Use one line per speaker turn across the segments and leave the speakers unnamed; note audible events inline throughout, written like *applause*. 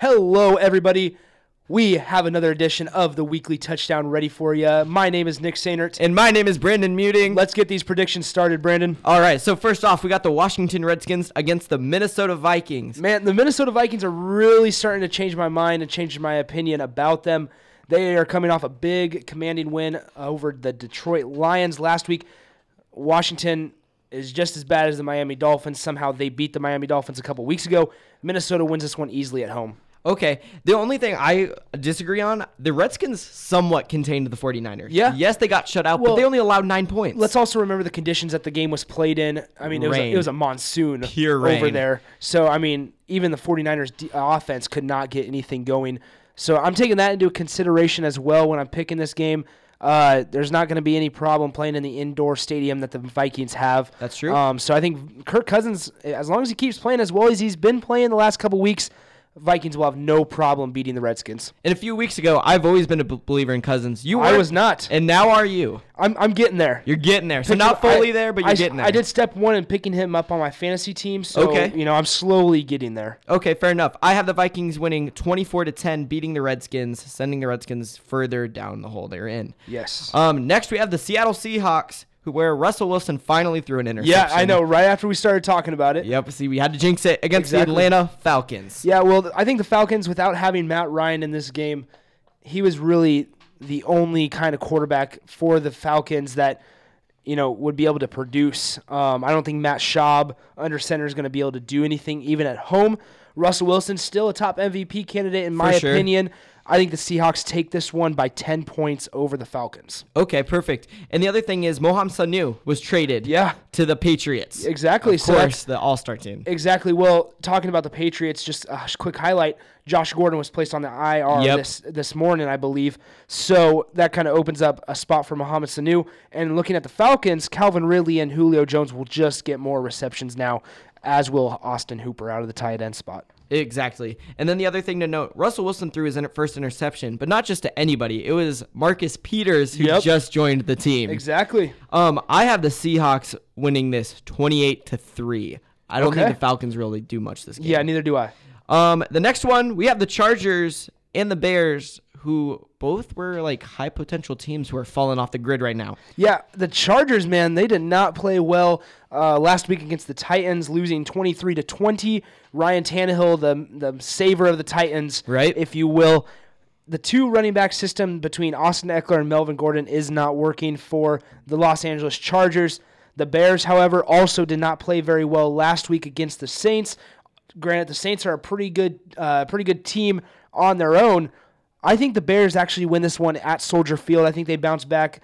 Hello, everybody. We have another edition of the Weekly Touchdown ready for you. My name is Nick Sainert.
And my name is Brandon Muting.
Let's get these predictions started, Brandon.
All right, so first off, we got the Washington Redskins against the Minnesota Vikings.
Man, the Minnesota Vikings are really starting to change my mind and change my opinion about them. They are coming off a big commanding win over the Detroit Lions last week. Washington is just as bad as the Miami Dolphins. Somehow they beat the Miami Dolphins a couple weeks ago. Minnesota wins this one easily at home.
Okay, the only thing I disagree on, the Redskins somewhat contained the 49ers.
Yeah.
Yes, they got shut out,
Well,
but they only allowed nine points.
Let's also remember the conditions that the game was played in. I mean, it was, a,
Rain.
it was a monsoon
Pure
over
rain.
there. So, I mean, even the 49ers d- uh, offense could not get anything going. So, I'm taking that into consideration as well when I'm picking this game. Uh, there's not going to be any problem playing in the indoor stadium that the Vikings have.
That's true.
Um, so, I think Kirk Cousins, as long as he keeps playing as well as he's been playing the last couple weeks, Vikings will have no problem beating the Redskins.
and a few weeks ago, I've always been a b- believer in Cousins. You were
I was not.
and now are you?
I'm, I'm getting there.
You're getting there. So
picking-
not fully
I-
there, but
I
you're
s-
getting there.
I did step one in picking him up on my fantasy team, so
Okay.
you know I'm slowly getting there.
Okay, fair enough. I have the Vikings winning 24 to 10, beating the Redskins, sending the Redskins further down the hole they're in.
Yes.
Um, next we have the Seattle Seahawks, who where Russell Wilson finally threw an
yeah,
interception.
I know. Right after we started talking about it.
Yep. See, we had to jinx it against
Exactly.
the Atlanta Falcons.
Yeah. Well, th- I think the Falcons, without having Matt Ryan in this game, he was really the only kind of quarterback for the Falcons that you know would be able to produce. Um, I don't think Matt Schaub under center is going to be able to do anything even at home. Russell Wilson still a top MVP candidate in my
sure.
opinion. I think the Seahawks take this one by 10 points over the Falcons.
Okay, perfect. And the other thing is, Moham Sanu was traded.
Yeah.
To the Patriots.
Exactly.
Of
so that's
course, the All Star team.
Exactly. Well, talking about the Patriots, just a sh- quick highlight: Josh Gordon was placed on the IR
Yep.
this this morning, I believe. So that kind of opens up a spot for Mohamed Sanu. And looking at the Falcons, Calvin Ridley and Julio Jones will just get more receptions now, as will Austin Hooper out of the tight end spot.
Exactly. And then the other thing to note, Russell Wilson threw his inter- first interception, but not just to anybody. It was Marcus Peters who
Yep.
just joined the team.
Exactly.
Um, I have the Seahawks winning this twenty-eight to three. I don't
Okay.
think the Falcons really do much this game.
Yeah. Neither do I.
Um, the next one we have the Chargers and the Bears, who both were like high potential teams who are falling off the grid right now.
Yeah, the Chargers, man, they did not play well uh, last week against the Titans, losing twenty three to twenty. Ryan Tannehill, the the saver of the Titans,
Right.
if you will. The two running back system between Austin Eckler and Melvin Gordon is not working for the Los Angeles Chargers. The Bears, however, also did not play very well last week against the Saints. Granted, the Saints are a pretty good, uh, pretty good team on their own. I think the Bears actually win this one at Soldier Field. I think they bounce back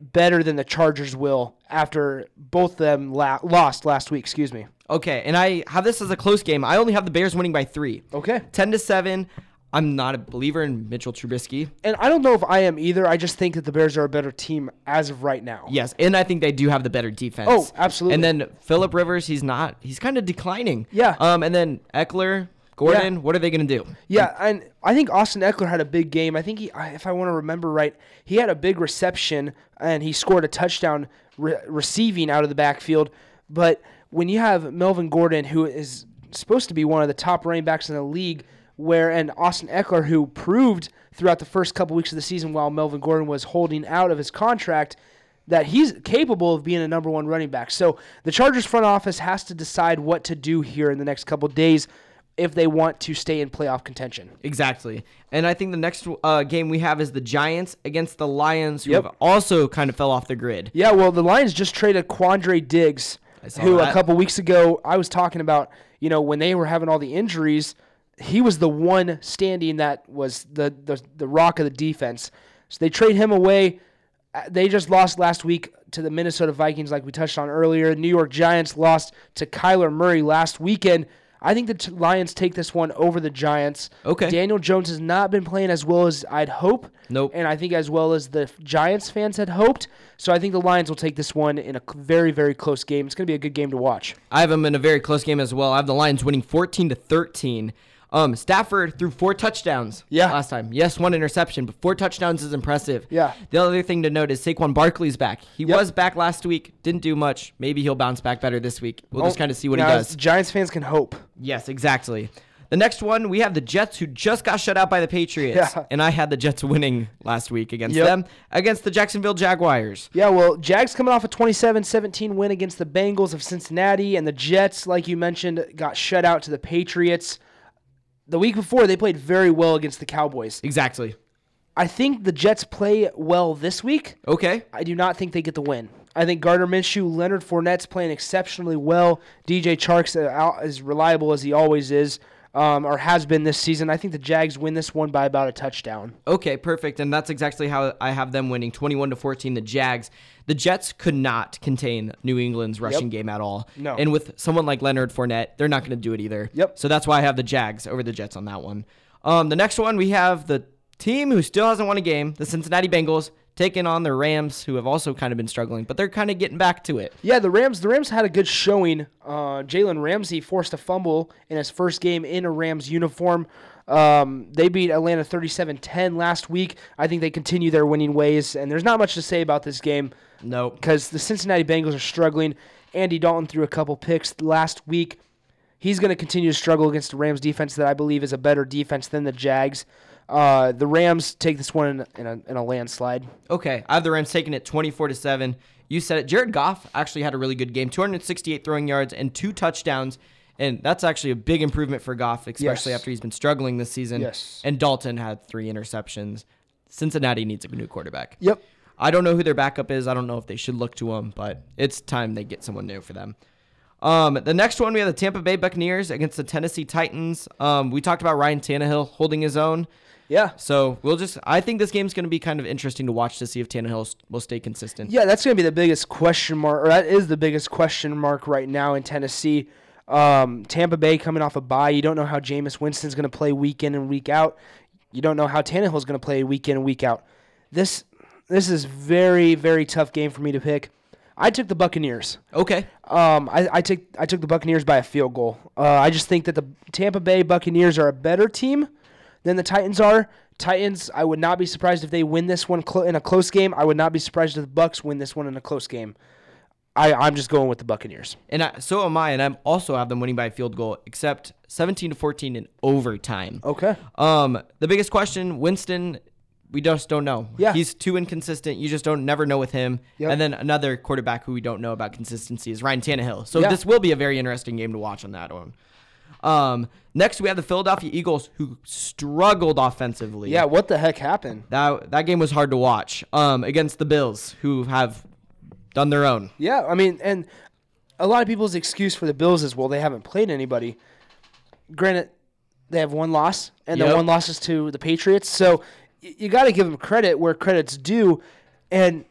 better than the Chargers will after both of them la- lost last week. Excuse me.
Okay, and I have this as a close game. I only have the Bears winning by three.
Okay.
Ten to seven. I'm not a believer in Mitchell Trubisky.
And I don't know if I am either. I just think that the Bears are a better team as of right now.
Yes, and I think they do have the better defense.
Oh, absolutely.
And then Philip Rivers, he's not. He's kind of declining.
Yeah.
Um, and then Eckler, Gordon,
Yeah.
what are they gonna do?
Yeah, and I think Austin Eckler had a big game. I think he, I- if I want to remember right, he had a big reception and he scored a touchdown re- receiving out of the backfield. But when you have Melvin Gordon, who is supposed to be one of the top running backs in the league, where and Austin Eckler, who proved throughout the first couple weeks of the season while Melvin Gordon was holding out of his contract, that he's capable of being a number one running back. So the Chargers front office has to decide what to do here in the next couple days if they want to stay in playoff contention.
Exactly. And I think the next uh, game we have is the Giants against the Lions, who
Yep.
have also kind of fell off the grid.
Yeah, well, the Lions just traded Quandre Diggs,
saw
who a
that.
couple weeks ago I was talking about. You know, when they were having all the injuries, he was the one standing that was the the, the rock of the defense. So they trade him away. Uh, They just lost last week to the Minnesota Vikings, like we touched on earlier. New York Giants lost to Kyler Murray last weekend. I think the t- Lions take this one over the Giants.
Okay.
Daniel Jones has not been playing as well as I'd hope.
Nope.
And I think as well as the Giants fans had hoped. So I think the Lions will take this one in a very, very close game. It's going to be a good game to watch.
I have them in a very close game as well. I have the Lions winning 14 to 13. Um, Stafford threw four touchdowns
Yeah.
last time. Yes, one interception, but four touchdowns is impressive.
Yeah.
The other thing to note is Saquon Barkley's back. He was back last week, didn't do much.
Oh,
Maybe he'll bounce back better this week. We'll just kind of see what he
Now,
does.
Giants fans can hope.
Yes, exactly. The next one, we have the Jets, who just got shut out by the Patriots.
Yeah.
And I had the Jets winning last week against
Yep.
them, against the Jacksonville Jaguars.
Yeah, well, Jags coming off a 27-17 win against the Bengals of Cincinnati, and the Jets, like you mentioned, got shut out to the Patriots. The week before, they played very well against the Cowboys.
Exactly.
I think the Jets play well this week.
Okay.
I do not think they get the win. I think Gardner Minshew, Leonard Fournette's playing exceptionally well. DJ Chark's uh, out- as reliable as he always is, um, or has been this season. I think the Jags win this one by about a touchdown.
Okay, perfect. And that's exactly how I have them winning 21 to 14 the Jags. The Jets could not contain New England's rushing game at all.
No.
And with someone like Leonard Fournette, they're not going to do it either.
Yep.
So that's why I have the Jags over the Jets on that one. Um, the next one we have the team who still hasn't won a game, the Cincinnati Bengals, taking on the Rams who have also kind of been struggling, but they're kind of getting back to it.
Yeah, the Rams. The Rams had a good showing. Uh, Jalen Ramsey forced a fumble in his first game in a Rams uniform. Um, they beat Atlanta 37-10 last week. I think they continue their winning ways, and there's not much to say about this game
Nope.
because the Cincinnati Bengals are struggling. Andy Dalton threw a couple picks last week. He's going to continue to struggle against the Rams defense that I believe is a better defense than the Jags. Uh, the Rams take this one in, in, a, in a landslide.
Okay, I have the Rams taking it 24 to 7. You said it. Jared Goff actually had a really good game. 268 throwing yards and two touchdowns. And that's actually a big improvement for Goff, especially
Yes.
after he's been struggling this season.
Yes.
And Dalton had three interceptions. Cincinnati needs a new quarterback.
Yep.
I don't know who their backup is. I don't know if they should look to him, but it's time they get someone new for them. Um, the next one we have the Tampa Bay Buccaneers against the Tennessee Titans. Um, we talked about Ryan Tannehill holding his own.
Yeah.
So we'll just. I think this game's going to be kind of interesting to watch to see if Tannehill s- will stay consistent.
Yeah, that's going to be the biggest question mark, or that is the biggest question mark right now in Tennessee. Um, Tampa Bay coming off a bye. You don't know how Jameis Winston's going to play week in and week out. You don't know how Tannehill's going to play week in and week out. This this is very very tough game for me to pick. I took the Buccaneers.
Okay.
Um, I, I took I took the Buccaneers by a field goal. Uh, I just think that the Tampa Bay Buccaneers are a better team than the Titans are. Titans, I would not be surprised if they win this one clo- in a close game. I would not be surprised if the Bucks win this one in a close game. I, I'm just going with the Buccaneers.
And I, so am I, and I'm also have them winning by a field goal, except 17 to 14 in overtime.
Okay.
Um, the biggest question, Winston, we just don't know.
Yeah.
He's too inconsistent. You just don't never know with him.
Yep.
And then another quarterback who we don't know about consistency is Ryan Tannehill. So
Yeah.
this will be a very interesting game to watch on that one. Um, next we have the Philadelphia Eagles who struggled offensively.
Yeah. What the heck happened?
That that game was hard to watch. Um, against the Bills, who have done their own.
Yeah. I mean, and a lot of people's excuse for the Bills is well they haven't played anybody. Granted, they have one loss, and the
Yep.
one loss is to the Patriots. So y- you got to give them credit where credit's due. And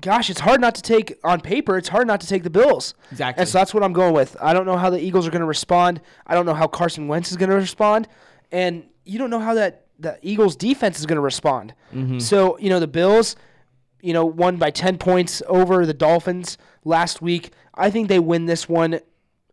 gosh, it's hard not to take on paper. It's hard not to take the Bills.
Exactly.
And so that's what I'm going with. I don't know how the Eagles are going to respond. I don't know how Carson Wentz is going to respond, and you don't know how that the Eagles defense is going to respond.
Mm-hmm.
So you know the Bills. You know, won by 10 points over the Dolphins last week. I think they win this one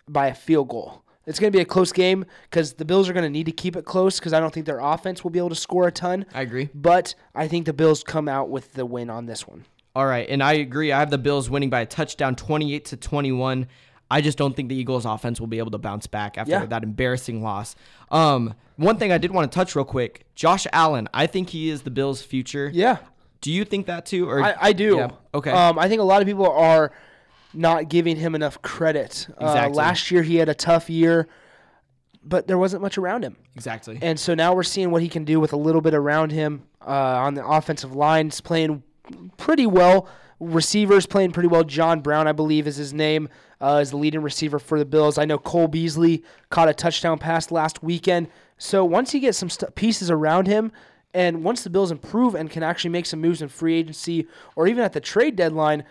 by a field goal. It's going to be a close game because the Bills are going to need to keep it close because I don't think their offense will be able to score a ton.
I agree.
But I think the Bills come out with the win on this one.
All right, and I agree. I have the Bills winning by a touchdown, twenty-eight to twenty-one. I just don't think the Eagles' offense will be able to bounce back after
Yeah.
that embarrassing loss. Um, one thing I did want to touch real quick: Josh Allen. I think he is the Bills' future.
Yeah,
Do you think that too? Or
I, I do.
Yeah, Okay.
Um, I think a lot of people are not giving him enough credit. Uh,
Exactly.
last year he had a tough year, but there wasn't much around him.
exactly.
And so now we're seeing what he can do with a little bit around him uh, on the offensive line. He's playing pretty well. Receivers playing pretty well. John Brown, I believe, is his name, uh, is the leading receiver for the Bills. I know Cole Beasley caught a touchdown pass last weekend. So once he gets some st- pieces around him, and once the Bills improve and can actually make some moves in free agency or even at the trade deadline,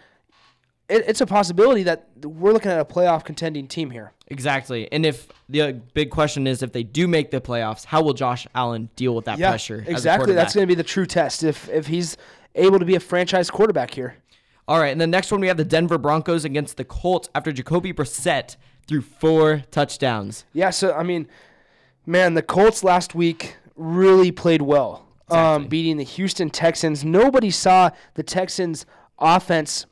it, it's a possibility that we're looking at a playoff contending team here.
Exactly. And if the uh, big question is if they do make the playoffs, how will Josh Allen deal with that pressure? as a
Exactly. That's
quarterback?
going to be the true test if if he's able to be a franchise quarterback here.
All right, and the next one we have the Denver Broncos against the Colts after Jacoby Brissett threw four touchdowns.
Yeah. So I mean, man, the Colts last week really played well, um, beating the Houston Texans. Nobody saw the Texans offense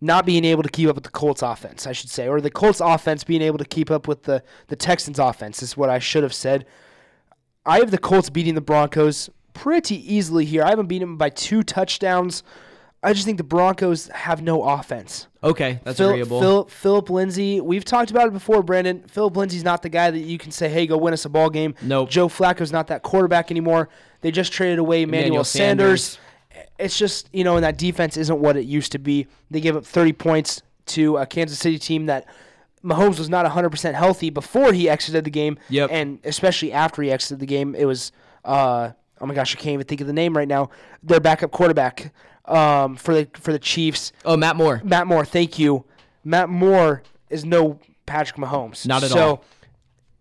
not being able to keep up with the Colts offense, I should say, or the Colts offense being able to keep up with the the Texans offense is what I should have said. I have the Colts beating the Broncos pretty easily here. I haven't beaten them by two touchdowns. I just think the Broncos have no offense.
Okay, that's
Phil-
agreeable.
Phil- Philip Lindsay, we've talked about it before, Brandon. Philip Lindsay's not the guy that you can say, "Hey, go win us a ball game."
Nope.
Joe Flacco's not that quarterback anymore. They just traded away Emmanuel,
Emmanuel
Sanders. It's just you know, and that defense isn't what it used to be. They gave up 30 points to a Kansas City team that Mahomes was not 100% healthy before he exited the game.
Yep.
And especially after he exited the game, it was uh oh my gosh, I can't even think of the name right now. Their backup quarterback um for the for the Chiefs.
oh, Matt Moore.
Matt Moore, thank you. Matt Moore is no Patrick Mahomes.
Not at
so,
all.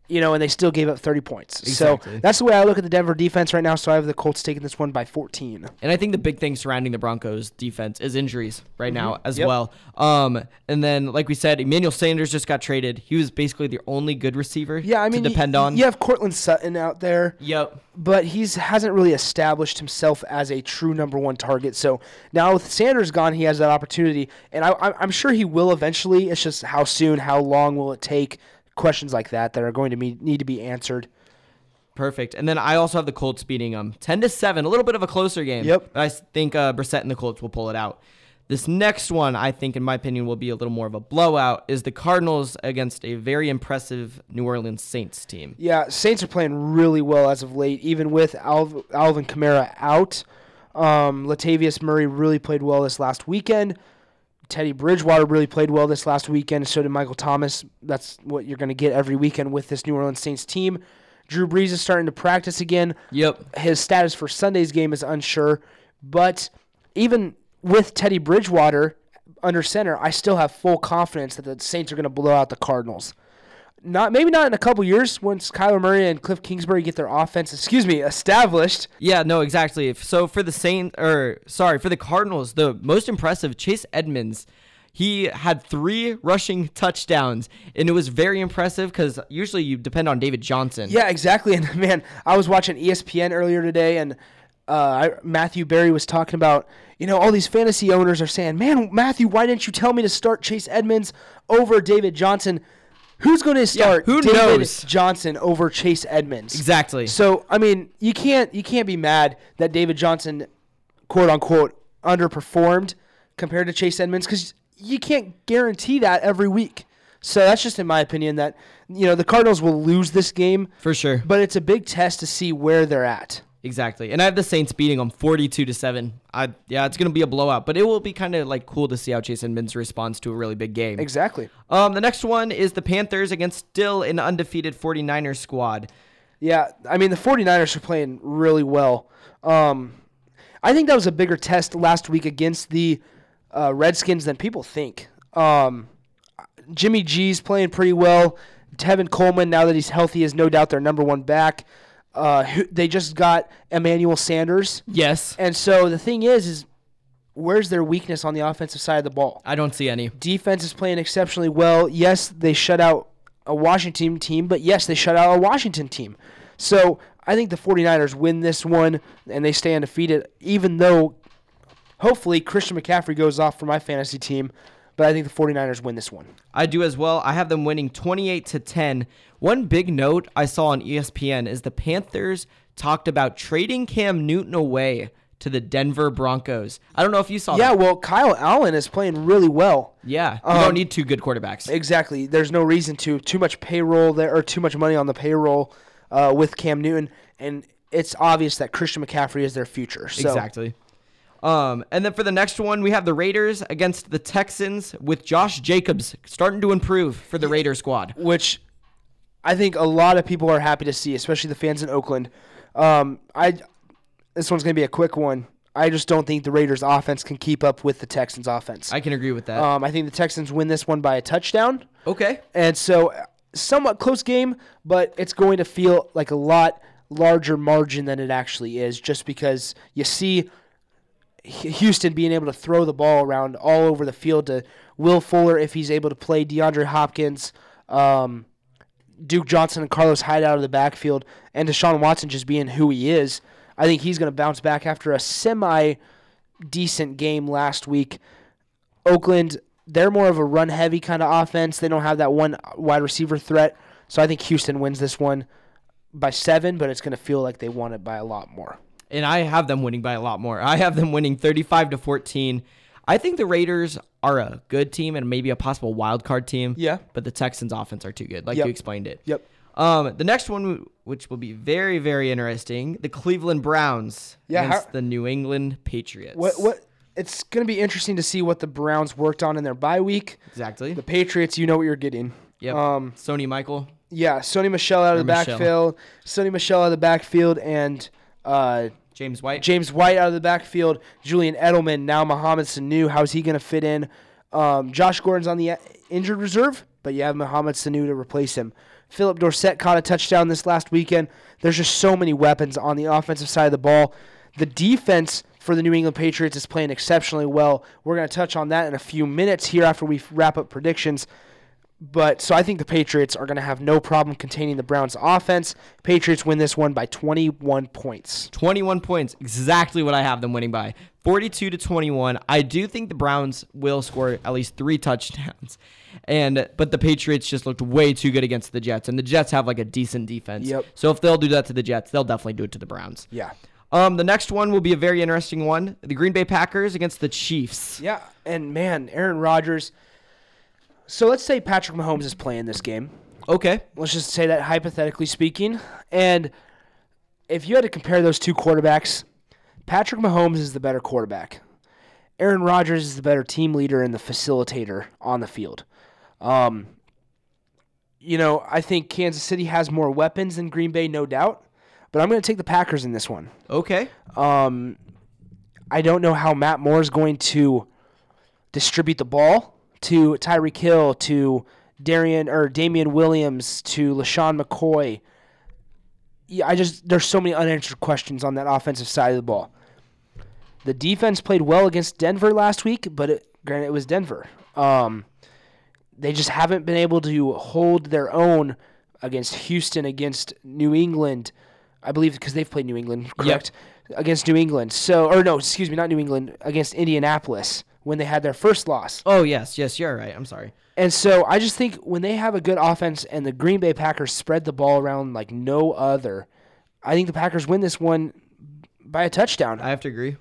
You know, and they still gave up 30 points.
Exactly.
So that's the way I look at the Denver defense right now. So I have the Colts taking this one by 14.
And I think the big thing surrounding the Broncos defense is injuries right now as
Mm-hmm. Yep.
well. Um, and then like we said, Emmanuel Sanders just got traded. He was basically the only good receiver
Yeah, I mean,
to depend on.
You have Cortland Sutton out there,
Yep.
but he's hasn't really established himself as a true number one target. So now with Sanders gone, he has that opportunity, and I, I- I'm sure he will eventually. It's just how soon, how long will it take? Questions like that that are going to be, need to be answered.
Perfect. And then I also have the Colts beating them 10 to 7, a little bit of a closer game.
Yep.
But I s- think uh, Brissett and the Colts will pull it out. This next one, I think, in my opinion, will be a little more of a blowout, is the Cardinals against a very impressive New Orleans Saints team.
Yeah, Saints are playing really well as of late, even with Alv- Alvin Kamara out. Um, Latavius Murray really played well this last weekend. Teddy Bridgewater really played well this last weekend. So did Michael Thomas. That's what you're going to get every weekend with this New Orleans Saints team. Drew Brees is starting to practice again.
Yep.
His status for Sunday's game is unsure, but even with Teddy Bridgewater under center, I still have full confidence that the Saints are going to blow out the Cardinals. Not maybe not in a couple years once Kyler Murray and Cliff Kingsbury get their offense, excuse me, established.
Yeah, no, exactly. If- So for the Saints, or sorry, for the Cardinals, the most impressive Chase Edmonds, he had three rushing touchdowns, and it was very impressive because usually you depend on David Johnson.
Yeah, exactly. *laughs* And man, I was watching E ESPN earlier today, and uh, I, Matthew Berry was talking about you know all these fantasy owners are saying, "Man, Matthew, why didn't you tell me to start Chase Edmonds over David Johnson?" Who's going to start
who
David
knows?
Johnson over Chase Edmonds?
exactly.
So I mean, you can't you can't be mad that David Johnson, quote unquote, underperformed compared to Chase Edmonds because you can't guarantee that every week. So that's just in my opinion that you know the Cardinals will lose this game,
For sure.
but it's a big test to see where they're at.
Exactly. And I have the Saints beating them 42 to 7. I yeah, it's going to be a blowout, but it will be kind of like cool to see how Chase Edmonds responds to a really big game.
Exactly.
Um the next one is the Panthers against still an undefeated 49ers squad.
Yeah, I mean the 49ers are playing really well. Um, I think that was a bigger test last week against the uh, Redskins than people think. Um, Jimmy G's playing pretty well. Tevin Coleman, now that he's healthy, is no doubt their number one back. Uh, who- they just got Emmanuel Sanders,
Yes.
and so the thing is, is where's their weakness on the offensive side of the ball?
I don't see any.
defense is playing exceptionally well. Yes, they shut out a Washington team, but yes, they shut out a Washington team. So I think the 49ers win this one and they stay undefeated, even though hopefully Christian McCaffrey goes off for my fantasy team. But I think the 49ers win this one.
I do as well. I have them winning 28 to 10. One big note I saw on E ESPN is the Panthers talked about trading Cam Newton away to the Denver Broncos. I don't know if you saw
Yeah,
that.
well, Kyle Allen is playing really well.
Yeah. You don't need two good quarterbacks.
Exactly. There's no reason to. Too much payroll there, or too much money on the payroll uh, with Cam Newton. And it's obvious that Christian McCaffrey is their future. So.
Exactly. Um, and then for the next one, we have the Raiders against the Texans with Josh Jacobs starting to improve for the Raider squad.
which I think a lot of people are happy to see, especially the fans in Oakland. Um, I this one's going to be a quick one. I just don't think the Raiders' offense can keep up with the Texans' offense.
I can agree with that.
um, I think the Texans win this one by a touchdown,
okay.
and so uh, somewhat close game, but it's going to feel like a lot larger margin than it actually is, just because you see H- Houston being able to throw the ball around all over the field to Will Fuller if he's able to play DeAndre Hopkins, um, Duke Johnson, and Carlos Hyde out of the backfield, and Deshaun Watson just being who he is. I think he's going to bounce back after a semi decent game last week. Oakland, they're more of a run heavy kind of offense. They don't have that one wide receiver threat. So I think Houston wins this one by seven, but it's going to feel like they won it by a lot more.
and I have them winning by a lot more. I have them winning 35 to 14. I think the Raiders are a good team and maybe a possible wild card team.
Yeah.
But the Texans offense are too good, like
Yep.
you explained it.
Yep.
Um, the next one, which will be very, very interesting, the Cleveland Browns
Yeah,
against
how-
the New England Patriots.
What what? It's going to be interesting to see what the Browns worked on in their bye week.
Exactly.
The Patriots, you know what you're getting.
Yep.
Um,
Sony Michael.
yeah, Sony Michelle out of the
Michelle.
backfield, Sony Michelle out of the backfield, and uh,
James White.
James White out of the backfield, Julian Edelman, now Mohamed Sanu. How's he going to fit in? Um, Josh Gordon's on the uh, injured reserve, but you have Mohamed Sanu to replace him. Philip Dorsett caught a touchdown this last weekend. There's just so many weapons on the offensive side of the ball. The defense for the New England Patriots is playing exceptionally well. We're going to touch on that in a few minutes here after we wrap up predictions. But so I think the Patriots are going to have no problem containing the Browns' offense. Patriots win this one by 21 points.
21 points, exactly what I have them winning by. 42 to 21. I do think the Browns will score at least 3 *laughs* touchdowns. And but the Patriots just looked way too good against the Jets and the Jets have like a decent defense.
Yep.
So if they'll do that to the Jets, they'll definitely do it to the Browns.
Yeah.
Um the next one will be a very interesting one. The Green Bay Packers against the Chiefs.
Yeah, and man, Aaron Rodgers. So let's say Patrick Mahomes is playing this game.
Okay.
Let's just say that hypothetically speaking. And if you had to compare those two quarterbacks, Patrick Mahomes is the better quarterback. Aaron Rodgers is the better team leader and the facilitator on the field. Um, you know, I think Kansas City has more weapons than Green Bay, no doubt. But I'm going to take the Packers in this one.
Okay.
Um, I don't know how Matt Moore is going to distribute the ball to Tyreek Hill, to Darian or Damian Williams, to LaShawn McCoy. Yeah, I just there's so many unanswered questions on that offensive side of the ball. The defense played well against Denver last week, but it, granted it was Denver. Um, they just haven't been able to hold their own against Houston, against New England. I believe because they've played New England, correct? Against New England. So, or no, excuse me, not New England, against Indianapolis when they had their first loss.
Oh yes, yes, you're right. I'm sorry.
And so I just think when they have a good offense and the Green Bay Packers spread the ball around like no other, I think the Packers win this one by a touchdown.
I have to agree.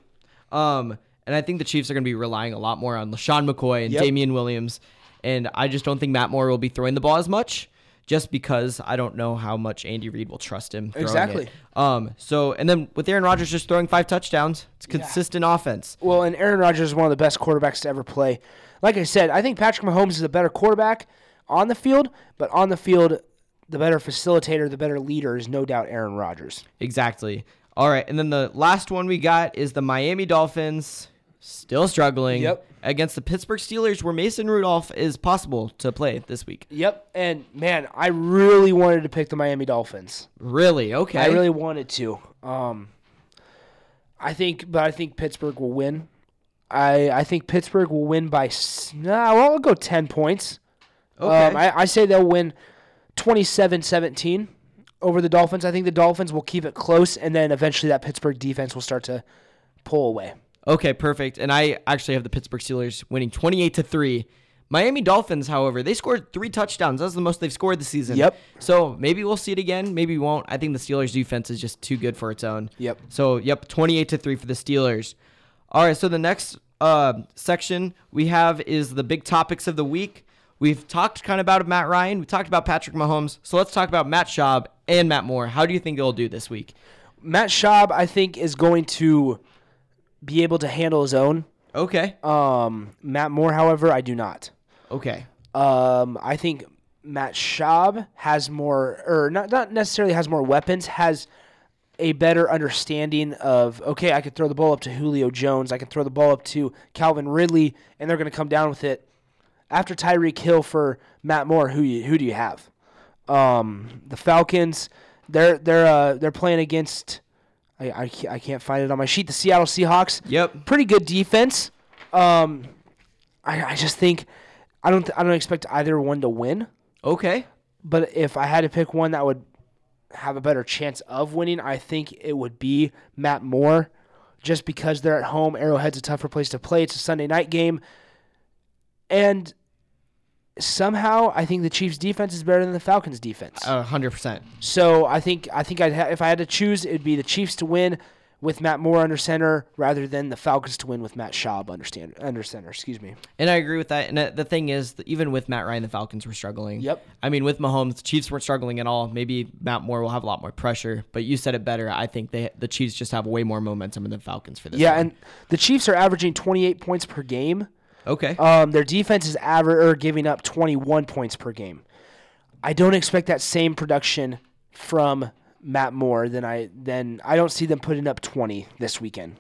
Um, and I think the Chiefs are going to be relying a lot more on LaShawn McCoy and
Yep.
Damian Williams. And I just don't think Matt Moore will be throwing the ball as much just because I don't know how much Andy Reid will trust him. throwing it.
Exactly.
Um, so, and then with Aaron Rodgers just throwing five touchdowns, it's consistent offense.
Well, and Aaron Rodgers is one of the best quarterbacks to ever play. Like I said, I think Patrick Mahomes is a better quarterback on the field, but on the field, the better facilitator, the better leader is no doubt Aaron Rodgers.
Exactly. All right. And then the last one we got is the Miami Dolphins still struggling
Yep.
against the Pittsburgh Steelers, where Mason Rudolph is possible to play this week.
Yep. And man, I really wanted to pick the Miami Dolphins.
Really? Okay.
I really wanted to. Um, I think, but I think Pittsburgh will win. I I think Pittsburgh will win by. s- Nah, well, I'll go ten points.
Okay.
Um, I, I say they'll win 27-17 over the Dolphins. I think the Dolphins will keep it close, and then eventually that Pittsburgh defense will start to pull away.
Okay, perfect. And I actually have the Pittsburgh Steelers winning 28 to 3. Miami Dolphins, however, they scored three touchdowns. That's the most they've scored this season.
Yep.
So maybe we'll see it again. Maybe we won't. I think the Steelers' defense is just too good for its own.
Yep.
So yep, 28 to three for the Steelers. All right. So the next uh, section we have is the big topics of the week. We've talked kind of about Matt Ryan. We talked about Patrick Mahomes. So let's talk about Matt Schaub and Matt Moore. How do you think they'll do this week?
Matt Schaub, I think, is going to be able to handle his own.
Okay.
Um, Matt Moore, however, I do not.
Okay.
Um, I think Matt Schaub has more, or not, not necessarily has more weapons, has a better understanding of, okay, I could throw the ball up to Julio Jones, I can throw the ball up to Calvin Ridley, and they're going to come down with it. After Tyreek Hill for Matt Moore, who you, who do you have? Um, the Falcons, they're they're uh, they're playing against. I, I, ca- I can't find it on my sheet. The Seattle Seahawks
Yep.
pretty good defense. Um, I, I just think I don't th- I don't expect either one to win.
Okay.
But if I had to pick one that would have a better chance of winning, I think it would be Matt Moore, just because they're at home. Arrowhead's a tougher place to play. It's a Sunday night game. And somehow, I think the Chiefs' defense is better than the Falcons' defense.
A hundred percent.
So I think I think I'd ha- if I had to choose, it'd be the Chiefs to win with Matt Moore under center rather than the Falcons to win with Matt Schaub under, stand- under center. Excuse me.
And I agree with that. And uh, the thing is, that even with Matt Ryan, the Falcons were struggling.
Yep.
I mean, with Mahomes, the Chiefs weren't struggling at all. Maybe Matt Moore will have a lot more pressure, but you said it better. I think they the Chiefs just have way more momentum than the Falcons for this.
Yeah,
one.
and the Chiefs are averaging 28 points per game.
okay.
Um, their defense is aver- or giving up 21 points per game. I don't expect that same production from Matt Moore. Than I then I don't see them putting up 20 this weekend.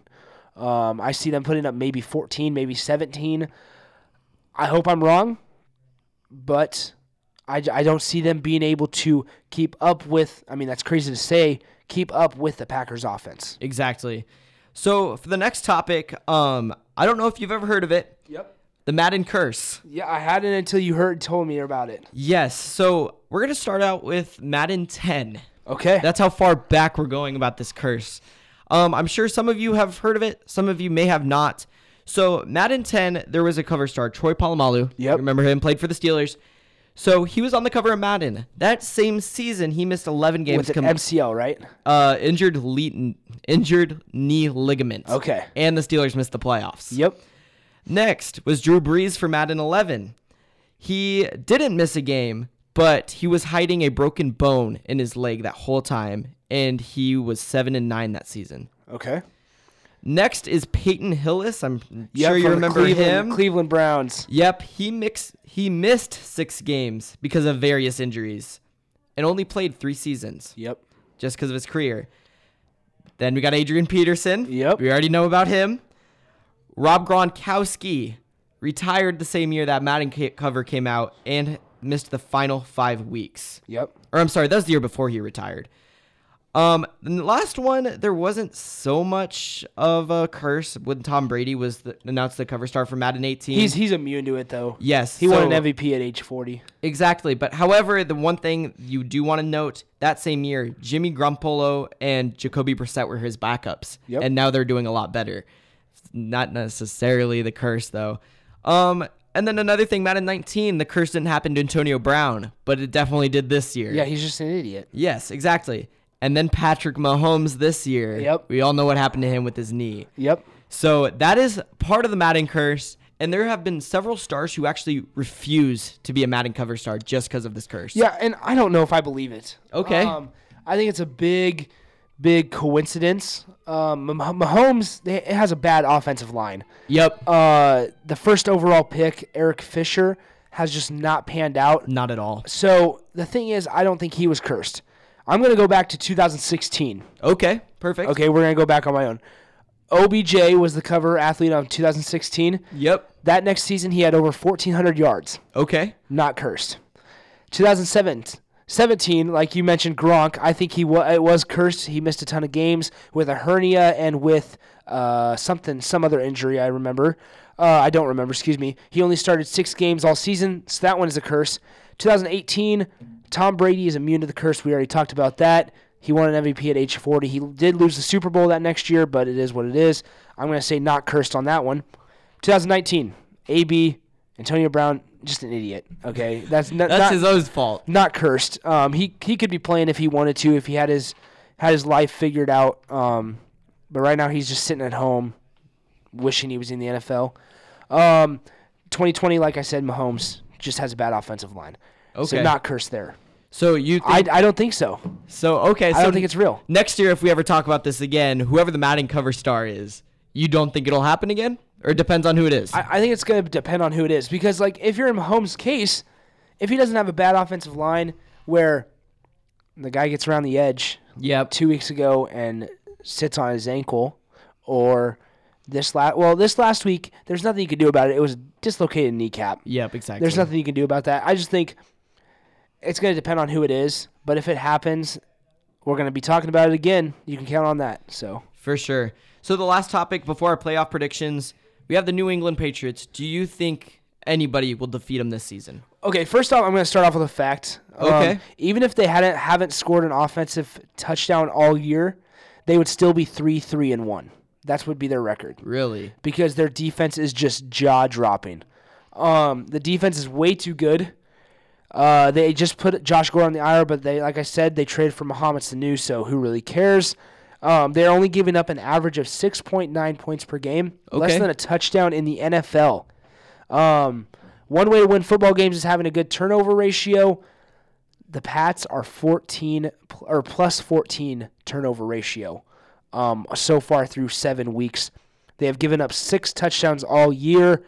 Um, I see them putting up maybe 14, maybe 17. I hope I'm wrong, but I, j- I don't see them being able to keep up with. I mean, that's crazy to say. Keep up with the Packers offense.
exactly. So for the next topic, um, I don't know if you've ever heard of it,
Yep.
the Madden curse.
Yeah, I hadn't until you heard told me about it.
Yes. So we're gonna start out with Madden 10.
Okay.
That's how far back we're going about this curse. Um, I'm sure some of you have heard of it. Some of you may have not. So Madden 10, there was a cover star, Troy Polamalu.
Yep.
You remember him? Played for the Steelers. So he was on the cover of Madden. That same season, he missed 11 games.
with an MCL, right?
uh, injured, le- injured knee ligament.
Okay.
And the Steelers missed the playoffs.
Yep.
Next was Drew Brees for Madden 11. He didn't miss a game, but he was hiding a broken bone in his leg that whole time, and he was seven and nine that season.
Okay.
Next is Peyton Hillis. I'm
Yep,
sure
from
you
the
remember
Cleveland,
him.
Cleveland Browns.
Yep, he mix he missed six games because of various injuries, and only played three seasons
Yep.
just because of his career. Then we got Adrian Peterson.
Yep.
We already know about him. Rob Gronkowski retired the same year that Madden ca- cover came out and missed the final five weeks.
Yep.
Or I'm sorry, that was the year before he retired. Um, and the last one, there wasn't so much of a curse when Tom Brady was the, announced the cover star for Madden 18.
He's he's immune to it though.
yes,
He won
so-
an MVP at age 40.
Exactly. But however, the one thing you do want to note that same year, Jimmy Grumpolo and Jacoby Brissett were his backups.
Yep.
And now they're doing a lot better. It's not necessarily the curse, though. Um, and then another thing, Madden 19, the curse didn't happen to Antonio Brown, but it definitely did this year.
Yeah, he's just an idiot.
Yes, exactly. And then Patrick Mahomes this year.
Yep.
We all know what happened to him with his knee.
Yep.
So that is part of the Madden curse. And there have been several stars who actually refuse to be a Madden cover star just because of this curse.
Yeah, and I don't know if I believe it.
Okay.
Um, I think it's a big, big coincidence. Um, Mah- Mahomes they, it has a bad offensive line.
Yep.
Uh, the first overall pick, Eric Fisher, has just not panned out.
Not at all.
So the thing is, I don't think he was cursed. I'm gonna go back to 2016.
Okay. Perfect.
Okay, we're gonna go back on my own. OBJ was the cover athlete on 2016.
Yep.
That next season, he had over 1,400 yards.
Okay.
Not cursed. 2017, like you mentioned, Gronk. I think he wa- it was cursed. He missed a ton of games with a hernia and with uh, something, some other injury. I remember. Uh, I don't remember. Excuse me. He only started six games all season, so that one is a curse. 2018, Tom Brady is immune to the curse. We already talked about that. He won an MVP at age 40. He did lose the Super Bowl that next year, but it is what it is. I'm going to say not cursed on that one. 2019, AB, Antonio Brown, just an idiot. Okay, that's not,
That's
not,
his own fault.
not cursed. Um, he he could be playing if he wanted to, if he had his had his life figured out. Um, but right now he's just sitting at home, wishing he was in the NFL. Um, 2020, like I said, Mahomes just has a bad offensive line.
Okay.
so not cursed there.
So you think,
I, I don't think so.
so okay. So
I don't think it's real.
next year if we ever talk about this again, whoever the Madden cover star is, you don't think it'll happen again, or it depends on who it is.
I, I think it's going to depend on who it is because, like, if you're in Mahomes' case, if he doesn't have a bad offensive line where the guy gets around the edge
yep.
two weeks ago and sits on his ankle, or this last well, this last week, there's nothing you could do about it. It was a dislocated kneecap.
Yep. Exactly.
There's nothing you can do about that. I just think it's going to depend on who it is, but if it happens, we're going to be talking about it again. You can count on that. So
For sure. So the last topic before our playoff predictions, we have the New England Patriots. Do you think anybody will defeat them this season?
Okay, first off, I'm going to start off with a fact. Um,
Okay.
even if they hadn't haven't scored an offensive touchdown all year, they would still be three three and one. That's would be their record
Really?
because their defense is just jaw dropping. Um, the defense is way too good. Uh, they just put Josh Gore on the IR, but they, like I said, they traded for Mohamed Sanu, so who really cares? Um, they're only giving up an average of 6.9 points per game, less
Okay.
than a touchdown in the NFL. Um, one way to win football games is having a good turnover ratio. The Pats are 14 pl- or plus 14 turnover ratio um, so far through seven weeks. They have given up six touchdowns all year,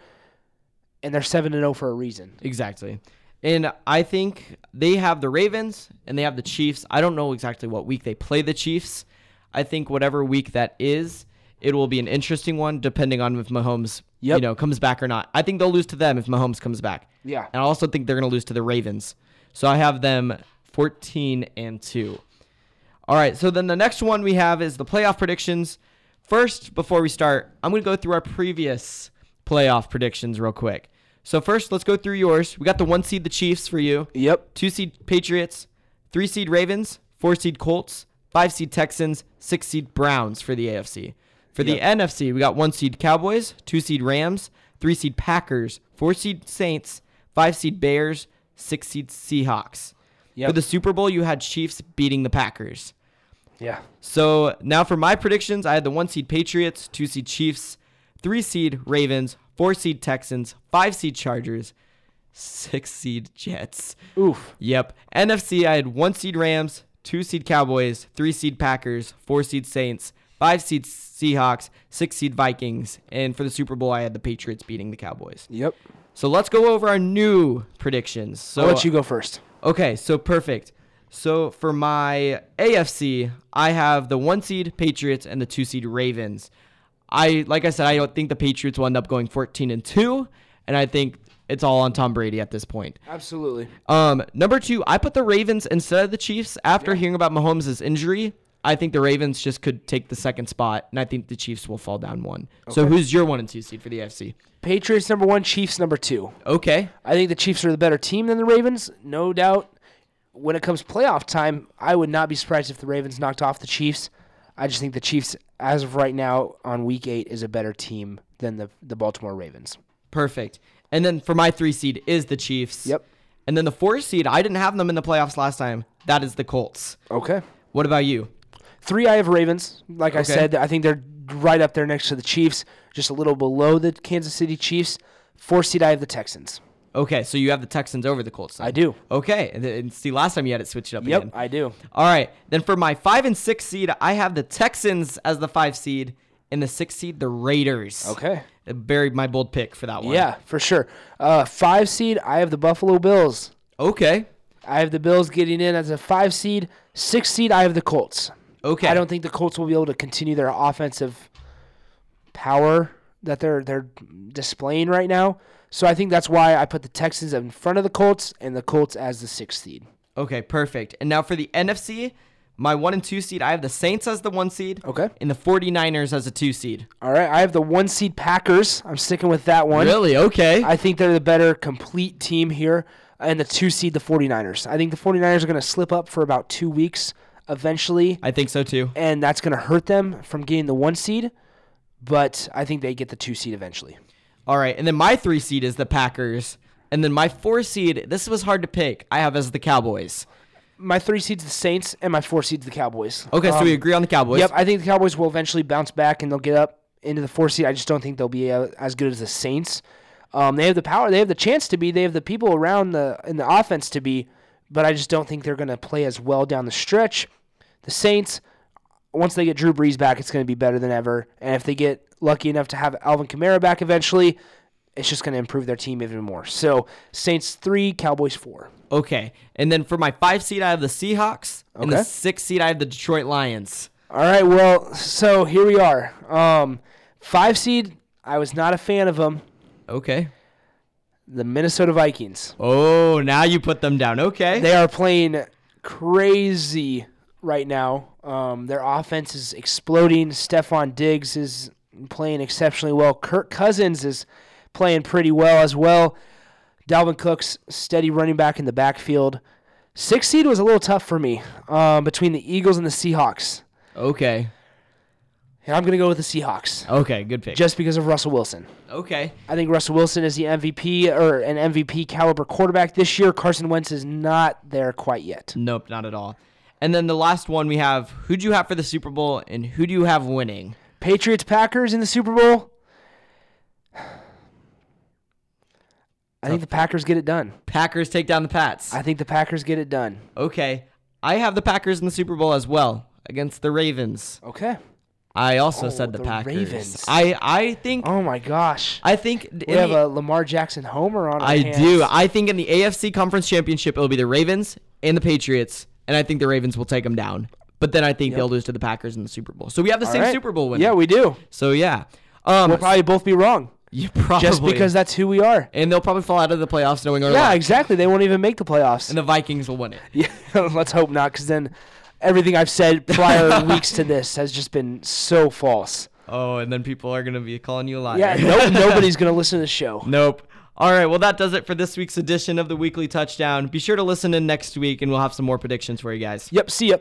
and they're 7 0 for a reason.
Exactly. And I think they have the Ravens and they have the Chiefs. I don't know exactly what week they play the Chiefs. I think whatever week that is, it will be an interesting one depending on if Mahomes, you
Yep.
know, comes back or not. I think they'll lose to them if Mahomes comes back.
Yeah.
And I also think they're going to lose to the Ravens. So I have them 14 and 2. All right. So then the next one we have is the playoff predictions. First, before we start, I'm going to go through our previous playoff predictions real quick. So first, let's go through yours. We got the one seed, the Chiefs, for you.
Yep.
Two seed Patriots, three seed Ravens, four seed Colts, five seed Texans, six seed Browns for the AFC. For the NFC, we got one seed Cowboys, two seed Rams, three seed Packers, four seed Saints, five seed Bears, six seed Seahawks.
Yep.
For the Super Bowl, you had Chiefs beating the Packers.
Yeah.
So now for my predictions, I had the one seed Patriots, two seed Chiefs, three seed Ravens, four seed Texans, five seed Chargers, six seed Jets.
Oof.
Yep. NFC, I had one seed Rams, two seed Cowboys, three seed Packers, four seed Saints, five seed Seahawks, six seed Vikings, and for the Super Bowl, I had the Patriots beating the Cowboys.
Yep.
So let's go over our new predictions. So
I'll let you go first.
Okay, so perfect. So for my AFC, I have the one seed Patriots and the two seed Ravens. I like I said, I don't think the Patriots will end up going 14 and two, and I think it's all on Tom Brady at this point.
Absolutely.
Um, number two, I put the Ravens instead of the Chiefs after hearing about Mahomes' injury. I think the Ravens just could take the second spot, and I think the Chiefs will fall down one. So who's your one and two seed for the AFC?
Patriots number one, Chiefs number two.
Okay,
I think the Chiefs are the better team than the Ravens, no doubt. When it comes playoff time, I would not be surprised if the Ravens knocked off the Chiefs. I just think the Chiefs, as of right now on Week Eight, is a better team than the the Baltimore Ravens.
Perfect. And then for my three seed is the Chiefs.
Yep.
And then the four seed, I didn't have them in the playoffs last time. That is the Colts.
Okay.
What about you?
Three, I have Ravens. Like I
Okay.
said, I think they're right up there next to the Chiefs, just a little below the Kansas City Chiefs. Four seed, I have the Texans.
Okay, so you have the Texans over the Colts. then.
I do.
Okay. And, then- and see, last time you had it switched up
Yep,
again.
I do.
All right. Then for my five and six seed, I have the Texans as the five seed, and the six seed, the Raiders.
Okay.
It buried my bold pick for that one.
Yeah, for sure. Uh, five seed, I have the Buffalo Bills.
Okay.
I have the Bills getting in as a five seed. Six seed, I have the Colts.
Okay.
I don't think the Colts will be able to continue their offensive power that they're they're displaying right now. So I think that's why I put the Texans in front of the Colts and the Colts as the sixth seed.
Okay, perfect. And now for the NFC, my one and two seed, I have the Saints as the one seed.
Okay.
And the 49ers as a two seed.
All right, I have the one seed Packers. I'm sticking with that one.
Really? Okay.
I think they're the better complete team here. And the two seed, the 49ers. I think the 49ers are going to slip up for about two weeks eventually.
I think so too.
and that's going to hurt them from getting the one seed. But I think they get the two seed eventually.
All right. And then my three seed is the Packers. And then my four seed, this was hard to pick. I have as the Cowboys.
My three seeds the Saints, and my four seeds the Cowboys.
Okay, so
Um,
we agree on the Cowboys.
Yep, I think the Cowboys will eventually bounce back and they'll get up into the four seed. I just don't think they'll be uh, as good as the Saints. Um, they have the power, they have the chance to be, they have the people around the in the offense to be, but I just don't think they're going to play as well down the stretch. The Saints, once they get Drew Brees back, it's going to be better than ever, and if they get lucky enough to have Alvin Kamara back eventually, it's just going to improve their team even more. So Saints three, Cowboys four.
Okay. And then for my five seed, I have the Seahawks. And the
Okay.
six seed, I have the Detroit Lions.
All right, well, so here we are. Um, five seed, I was not a fan of them.
Okay.
the Minnesota Vikings.
Oh, now you put them down. Okay.
They are playing crazy right now. Um, their offense is exploding. Stephon Diggs is playing exceptionally well. Kirk Cousins is playing pretty well as well. Dalvin Cook's steady running back in the backfield. Six seed was a little tough for me um, between the Eagles and the Seahawks.
okay.
and I'm going to go with the Seahawks
Okay, good pick.
just because of Russell Wilson.
okay.
I think Russell Wilson is the MVP or an MVP caliber quarterback this year. Carson Wentz is not there quite yet.
Nope, not at all. And then the last one we have, who do you have for the Super Bowl and who do you have winning?
Patriots Packers in the Super Bowl. *sighs* I think the Packers get it done.
Packers take down the Pats.
I think the Packers get it done.
Okay. I have the Packers in the Super Bowl as well against the Ravens.
Okay.
I also
Oh,
said the,
the
Packers.
Ravens.
I I think
Oh my gosh.
I think in
We have
the-
a Lamar Jackson homer on. Our
I
hands.
do. I think in the AFC Conference Championship it'll be the Ravens and the Patriots, and I think the Ravens will take them down. But then I think they'll lose to the Packers in the Super Bowl. So we have the
All
same
right.
Super Bowl winner.
Yeah, we do.
So yeah. Um
We'll probably both be wrong,
you
*laughs*
probably
just because that's who we are.
and they'll probably fall out of the playoffs knowing our
Yeah,
luck,
exactly. They won't even make the playoffs.
and the Vikings will win it.
Yeah, *laughs* let's hope not, because then everything I've said prior weeks to this has just been so false.
Oh, and then people are gonna be calling you a liar.
Yeah,
*laughs*
nope, nobody's gonna listen to the show.
Nope. All right, well, that does it for this week's edition of the Weekly Touchdown. Be sure to listen in next week, and we'll have some more predictions for you guys.
Yep, see ya.